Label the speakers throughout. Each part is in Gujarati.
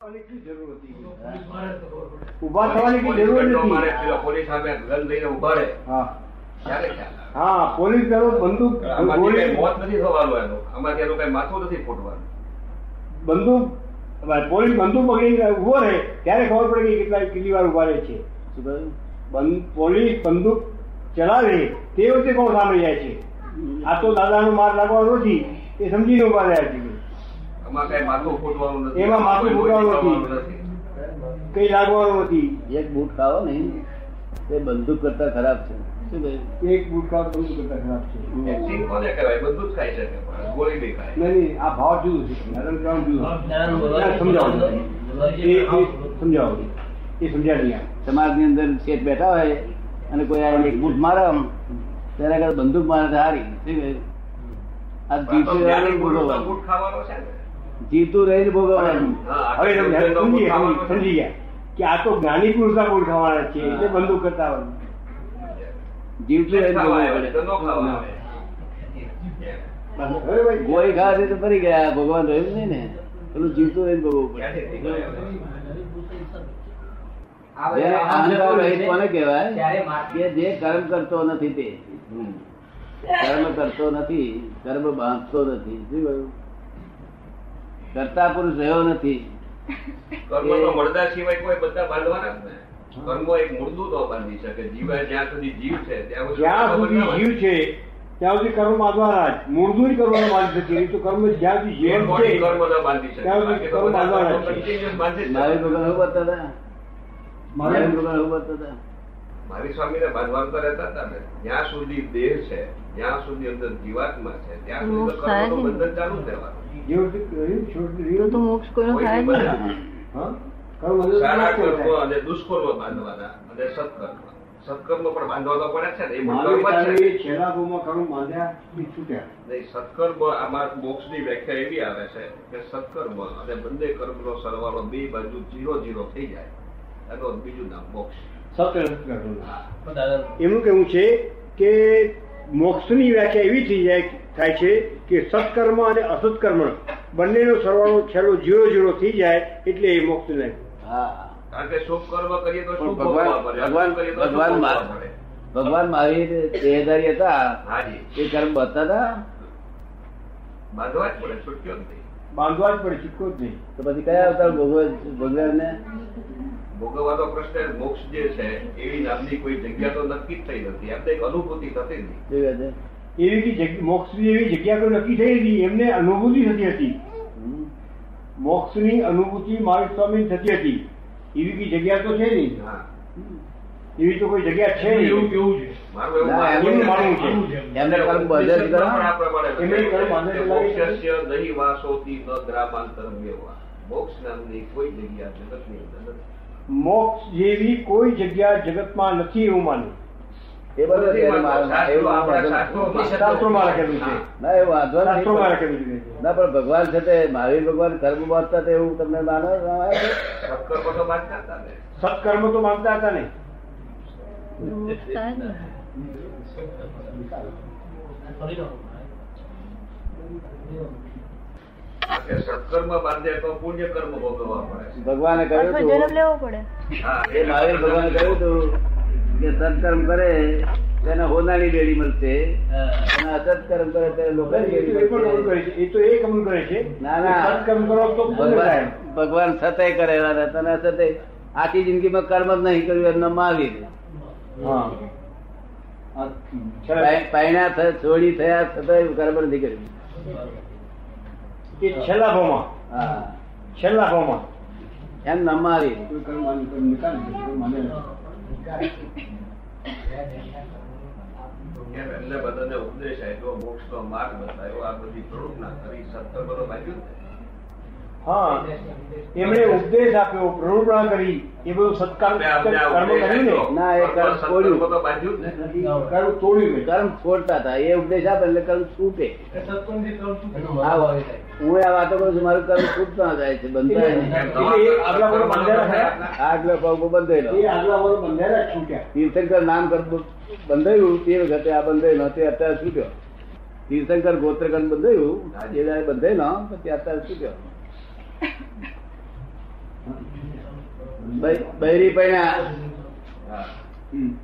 Speaker 1: થવાની શું જરૂર હતી
Speaker 2: ઊભા થવાની કઈ જરૂર નથી
Speaker 3: પોલીસ મારે પેલો પોલીસ સામે ગન લઈને ઉભા રહે
Speaker 2: હા
Speaker 3: ક્યારે ખ્યાલ આવે?
Speaker 2: હા પોલીસ દળો બંદૂક
Speaker 3: આમાંથી
Speaker 2: ગોળી-
Speaker 3: કઈ મોત નથી થવાનું એનું આમાંથી એનું કઈ માથું નથી ફૂટવાનું
Speaker 2: બંદૂક પોલીસ બંદૂક પકડીને ઉભો રહે ત્યારે ખબર પડે કે કેટલા કેટલી વાર ઉભા રહે છે શું કહ્યું? બં- પોલીસ બંદૂક ચલાવે તે વખતે કોણ સામે જાય છે આ તો દાદાનો માર લાગવાનો નથી એ સમજીને ઉભા રહ્યા છે
Speaker 3: આમાં કઈ માથું ફૂટવાનું નથી
Speaker 2: એમાં માથું
Speaker 3: કોઈ ગોળી
Speaker 2: ફૂટવાનું
Speaker 3: થવાનું
Speaker 2: નથી. કઈ લાગવાનું નથી
Speaker 4: એક બૂટ ખાવો ને તે બંદૂક કરતા ખરાબ છે શું ભાઈ
Speaker 2: એક ગુટકા બંદૂક કરતા ખરાબ છે
Speaker 3: નથી. એક્ટિંગ કોને કહેવાય બધું જ ખાઈ શકે પણ ગોળી નહીં ખાય
Speaker 2: નહીં નહીં, આ ભાવ જુદો છે નરમ ગ્રામ જુદો ના, સમજાવો એ એ સમજાવો એ સમજાવી નહીં આમ.
Speaker 4: સમાજની અંદર શેઠ બેઠા હોય અને કોઈ આવીને એક બૂટ મારે આમ તેના કરતા બંદૂક મારે તો હારી શું કહ્યું? આ
Speaker 3: પણ તો
Speaker 4: જીતું રહીને
Speaker 3: ત્યાંની ગોળીનો
Speaker 4: ભોગવવાનું
Speaker 3: બૂટ ખાવાનો છે ને
Speaker 4: જીતું રહીને ભોગવવાનું
Speaker 3: હા,
Speaker 2: હવે તમે
Speaker 3: આટલું બધું
Speaker 2: સમજી ગયા,
Speaker 3: ખાવાનું છે.
Speaker 2: સમજી ગયા કે આ તો જ્ઞાની પુરુષના ગુણ ખાવાના છે એટલે બંદૂક કરતા હોય.
Speaker 4: જીવતું રહીને
Speaker 3: ખાવા
Speaker 4: ભોગવવું
Speaker 3: આવે, તો
Speaker 4: પડે
Speaker 3: ન ખાવા આવે.
Speaker 2: બરાબર, ભાઈ?
Speaker 4: ગોળી ખાવા છે તો ફરી ગયા ભગવાન રહ્યું નહીં ને પેલું જીવતું રહીને ભોગવવું
Speaker 3: ક્યાંથી
Speaker 4: પડે
Speaker 3: ખાવા આવે?
Speaker 4: જેને અહંકાર રહિત કોને કહેવાય
Speaker 5: ત્યારે માર્ગ
Speaker 4: કે જે કર્મ કરતો નથી તે
Speaker 3: હમ.
Speaker 4: કર્મ કરતો નથી કર્મ બાંધતો નથી શું કહ્યું? કરતા પુરુષ રહ્યો નથી
Speaker 3: કર્મનો મળદા સિવાય કોઈ બધા બાંધવાના જ ને કર્મો એક મૂળદૂત તો બાંધી શકે જીવાય જ્યાં સુધી જીવ છે ત્યાં સુધી
Speaker 2: જ્યાં
Speaker 3: કર્મ
Speaker 2: સુધી
Speaker 3: ના
Speaker 2: જીવ છે ત્યાં સુધી કર્મ બાંધવાના જ મૂળદૂર કરવાનું માની શકીએ નહીં તો કર્મ જ્યાં સુધી
Speaker 3: બાંધી.
Speaker 2: જીવન
Speaker 3: એક મોટી
Speaker 2: છે
Speaker 3: કર્મ ના બાંધી શકે
Speaker 2: ત્યાં સુધી
Speaker 3: બાકી તો
Speaker 2: કર્મ
Speaker 3: બધા
Speaker 2: બાંધવાના
Speaker 3: કર્મો
Speaker 2: છે.
Speaker 3: continuous બાંધે જ છે.
Speaker 4: મારી ભગવાન શું
Speaker 2: મારે-
Speaker 4: કરતા હતા મારી ભગવાન શું કરતા હતા
Speaker 3: મારી સ્વામીને બાંધવાનું તો રહેતા હતા ને જ્યાં સુધી દેહ છે જ્યાં સુધી અંદર જીવાત્મા છે ત્યાં સુધી તો
Speaker 6: મોક્ષ થાય છે ને?
Speaker 3: કર્મનું બંધન ચાલુ જ રહેવાનું
Speaker 2: જીવન છે, કર્યું, છોડ
Speaker 6: તો
Speaker 2: રહ્યું
Speaker 6: તો
Speaker 2: તો-
Speaker 6: મોક્ષ કોઈનો
Speaker 3: કોઈ
Speaker 6: થાય જ
Speaker 3: બંધન
Speaker 6: નહીં.
Speaker 3: નથી.
Speaker 2: હા? કર્મ બધું
Speaker 3: સારા
Speaker 2: સમાપ્ત થઈ
Speaker 3: કર્મ
Speaker 2: જાય.
Speaker 3: અને દુષ્કર્મ બાંધવાના અને સત્કર્મ સત્કર્મ પણ બાંધવા તો પડે છે ને એ
Speaker 2: માનવી
Speaker 3: પણ કર્મ જ છે
Speaker 2: તારી છેલ્લા ભાવમાં કર્મ બાંધ્યા એ છૂટ્યા
Speaker 3: નહીં, સત્કર્મ આમાં મોક્ષની વ્યાખ્યા એવી આવે છે કે સત્કર્મ અને બંને કર્મનો સરવાળો બે બાજુ ઝીરો ઝીરો થઈ જાય એનો બીજું નામ મોક્ષ
Speaker 2: સત્કર્મ. એમનું કહેવું છે કે મોક્ષની વ્યાખ્યા એવી થઈ જાય થાય છે કે સત્કર્મ અને અસત્કર્મ બંનેનો સરવાળો છેલ્લો જીરો જીરો થઈ જાય એટલે એ મોક્ષ લાગે
Speaker 4: હા
Speaker 3: કારણ કે શુભ કર્મ કરીએ તો
Speaker 4: પણ
Speaker 3: શુભ ભોગવા
Speaker 4: ભગવાન
Speaker 3: પડે અશુભ કરીએ તો અશુભ
Speaker 4: ભગવાન ભગવાન મા-
Speaker 3: ભોગવા પડે.
Speaker 4: ભગવાન મારી દેહધારી હતા
Speaker 3: હાજી
Speaker 4: એ કર્મ બતા હતા
Speaker 3: બાંધવા જ પડે છૂટ્યો જ નહીં
Speaker 2: બાંધવા જ પડે છૂટકો જ નહીં
Speaker 4: તો પછી કયા અવતાર ભોગવ ભગવાનને
Speaker 3: ભોગવવાનો પ્રશ્ન જ મોક્ષ જે છે એવી નામની કોઈ જગ્યા તો નક્કી જ થઈ નથી એમને એક અનુભૂતિ થતી જ નહીં
Speaker 4: શું કહે છે
Speaker 2: એવી કે જગ્યા- મોક્ષની એવી જગ્યા કોઈ નક્કી થઈ હતી એમને અનુભૂતિ થતી હતી
Speaker 4: હમ.
Speaker 2: મોક્ષની અનુભૂતિ મારી સ્વામી થતી હતી એવી કઈ જગ્યા તો છે નહીં
Speaker 3: હા
Speaker 2: એવી તો કોઈ જગ્યા છે નહીં
Speaker 3: મારું એવું
Speaker 4: ના,
Speaker 3: માનવું
Speaker 4: એમનું
Speaker 3: છે.
Speaker 2: માનવું છે.
Speaker 4: એમને કર્મ બંધન
Speaker 3: ઉપનિષદમાં પણ આ
Speaker 4: કરો.
Speaker 3: પ્રમાણે
Speaker 2: એમણે કર્મ
Speaker 3: લખ્યું છે
Speaker 2: બંધન લાવી.
Speaker 3: કે મોક્ષસ્ય નહીં વાસોતી ન દ્રામાંતરમ્યવા. મોક્ષ નામની કોઈ જગ્યા જગતની અંદર નથી.
Speaker 2: મોક્ષ જેવી કોઈ જગ્યા જગતમાં નથી એવું માનું
Speaker 4: એ બધો
Speaker 3: નથી
Speaker 4: ધ્યાન
Speaker 3: માનતો.
Speaker 4: મારો.
Speaker 3: શાસ્ત્રો,
Speaker 4: એવું
Speaker 3: આપણા
Speaker 4: વાંધો
Speaker 3: શાસ્ત્રો, ઉપનિષદો.
Speaker 2: શાસ્ત્રોમાં લખેલું છે
Speaker 3: હા.
Speaker 4: ના એ વાંધો નહીં.
Speaker 2: શાસ્ત્રોમાં લખેલું છે
Speaker 4: ના પણ ભગવાન છે તે મહાવીર ભગવાન કર્મ બાંધતા હતા એવું તમને માનો ના આવે છે?
Speaker 3: સત્કર્મ તો બાંધતા હતા ને.
Speaker 2: સત્કર્મ તો માનતા હતા ને
Speaker 6: તો મોક્ષ થાય જ નહીં.
Speaker 3: કે સત્કર્મ બાંધે તો પુણ્ય કર્મ ભોગવવા પડે
Speaker 4: ભગવાને કહ્યું
Speaker 6: અથવા જન્મ
Speaker 4: હતું
Speaker 6: લેવો પડે
Speaker 3: હા,
Speaker 4: એ મહાવીર ભગવાને કહ્યું હતું કે સત્કર્મ કરે તેને હોનાની બેડી મળશે અને અસત્કર્મ કરે તેને લોકોની બેડી
Speaker 2: એ પણ કબૂલ
Speaker 4: મળશે.
Speaker 2: કરે છે એ તો એ કબૂલ કરે છે
Speaker 4: ના, ના.
Speaker 2: કે સત્કર્મ કરો તો પુણ્ય થાય.
Speaker 4: ભગવાન ભગવાન સતય કરે એવા ને તને સતય આખી જિંદગીમાં કર્મ જ નહીં કર્યું એમનો મહાવીર
Speaker 2: હા. હા,
Speaker 4: પાય-
Speaker 2: છેલ્લા-
Speaker 4: પાયણા થ- છોડી થયા સતય કર્મ નથી કર્યું
Speaker 2: એ છેલ્લા ભાવમાં
Speaker 4: હા
Speaker 2: છેલ્લા ભાવમાં
Speaker 4: એમ ન મહાવીર
Speaker 3: એમ એમને બધાને ઉપદેશ આપ્યો મોક્ષનો માર્ગ બતાવ્યો આ બધી પ્રવૃત્તિ કરી સત્કર્મ તો બાંધ્યું જ ને.
Speaker 2: હા એમણે ઉપદેશ આપ્યો પ્રરૂપણા કરી એ બધું સત્કાર
Speaker 3: આપણે આપને આ
Speaker 2: કર્મ
Speaker 3: ઉપદેશ
Speaker 2: કર્યું ને
Speaker 3: આપ્યો.
Speaker 4: ના, એ કર્મ
Speaker 3: સત્કર્મ
Speaker 4: છોડ્યું.
Speaker 3: તો બાંધ્યું જ ને
Speaker 2: કર્મ તોડ્યું નહીં.
Speaker 4: કર્મ છોડતા હતા એ ઉપદેશ આપે એટલે કર્મ છૂટે આવો. હું આ વાતો કરું છું મારું કર્મ છૂટતા જાય છે બંધાય નહીં
Speaker 3: એમ નવા
Speaker 2: એ આગલા પર બાંધ્યા હતા.
Speaker 4: આગલા ભાવ પર બંધાયેલો
Speaker 2: એ આગલા વાળો બંધાયેલા જ છૂટ્યા
Speaker 4: તીર્થંકર નામ કર્મ બંધાયું તે વખતે આ બંધાયેલો તે અત્યારે છૂટ્યો તીર્થંકર ગોત્રકર્મ બંધાયું એ જયારે બંધાયેલો પછી અત્યારે છૂટ્યો બ- બૈરી પૈણા
Speaker 3: હા.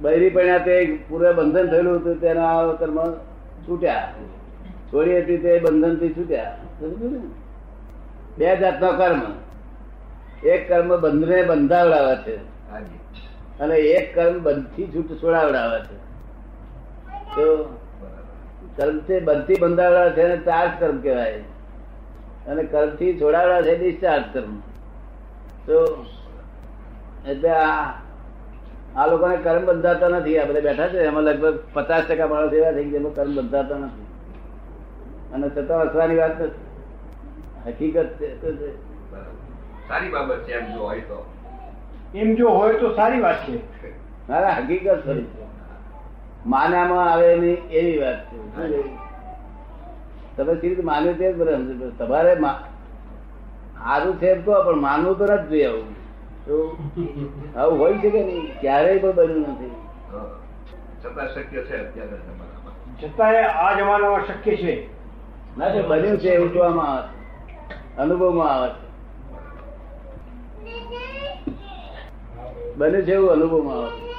Speaker 4: બૈરી પૈણા તે પૂર્વે બંધન થયેલું હતું તેના આ કર્મ છૂટ્યા છોડી હતી તે બંધન થી છૂટ્યા સમજ્યું ને? બે જાતનો કર્મ એક કર્મ બંધને બંધાવડાવે છે
Speaker 3: હાજી.
Speaker 4: અને એક કર્મ બંધથી છૂટ છોડાવડાવે છે તો
Speaker 3: બરાબર.
Speaker 4: કર્મ છે બંધથી બંધાવડાવે છે એને ચાર્જ કર્મ કહેવાય અને કર્મથી છોડાવડાવે છે ડિસ્ચાર્જ કર્મ તો એટલે આ આ લોકોને કર્મ બંધાતા નથી આ બધા બેઠા છે એમાં લગભગ પચાસ ટકા માણસ એવા થઈ ગયા કર્મ બંધાતા નથી અને છતાં હસવાની વાત નથી હકીકત છે તો છે.
Speaker 3: બરાબર. સારી બાબત છે એમ જો હોય તો
Speaker 2: એમ જો હોય તો સારી વાત છે
Speaker 4: ના ના, હકીકત ખરી છે માન્યામાં આવે એની એવી વાત છે શું છે? તમે સીધી માન્યું તે જ બરાબર સમજો. પણ તમારે મા- સારું છે એમ કહો, પણ માનવું તો નથી જોઈએ આવું તો આવું હોય છે કે નહીં ક્યારેય પણ બન્યું નથી
Speaker 3: હા. છતાં શક્ય છે અત્યારે તમારામાં
Speaker 2: છતાંય આ જમાનામાં શક્ય છે
Speaker 4: ના તે બન્યું છે એવું જોવામાં આવે છે. અનુભવમાં આવે છે બન્યું છે એવું અનુભવમાં આવે છે